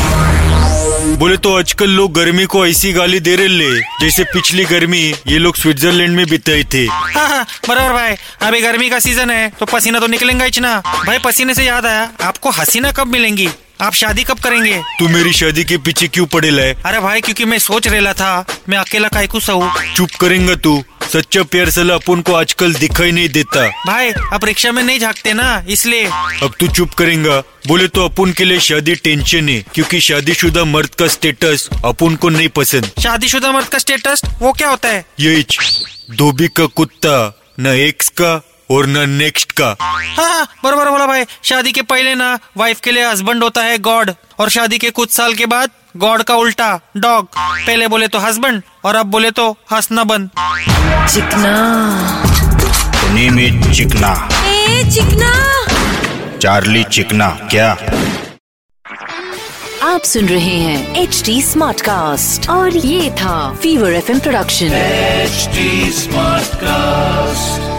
बोले तो आजकल लोग गर्मी को ऐसी गाली दे रहे ले जैसे पिछली गर्मी ये लोग स्विट्जरलैंड में बिताई थी हाँ हाँ, बराबर भाई अभी गर्मी का सीजन है तो पसीना तो निकलेगा ही ना भाई पसीने से याद आया आपको हसीना कब मिलेंगी आप शादी कब करेंगे तू मेरी शादी के पीछे क्यों पड़े लाए अरे भाई क्योंकि मैं सोच रहा था मैं अकेला काय कुछ हूँ चुप करेंगा तू सच्चा प्यार साला अपन को आजकल दिखाई नहीं देता भाई आप रिक्शा में नहीं झाँकते ना इसलिए अब तू चुप करेंगा बोले तो अपन के लिए शादी टेंशन है क्योंकि शादीशुदा मर्द का स्टेटस अपन को नहीं पसंद शादीशुदा मर्द का स्टेटस वो क्या होता है ये धोबी का कुत्ता न एक्स का और न नेक्स्ट का हाँ हाँ, बराबर बोला भाई शादी के पहले ना वाइफ के लिए हस्बैंड होता है गॉड और शादी के कुछ साल के बाद गॉड का उल्टा डॉग पहले बोले तो हस्बैंड और अब बोले तो हंसना बंद चिकना द नेम इज चिकना चिकना चार्ली चिकना क्या आप सुन रहे हैं एच डी स्मार्ट कास्ट और ये था fever F production HD Smartcast.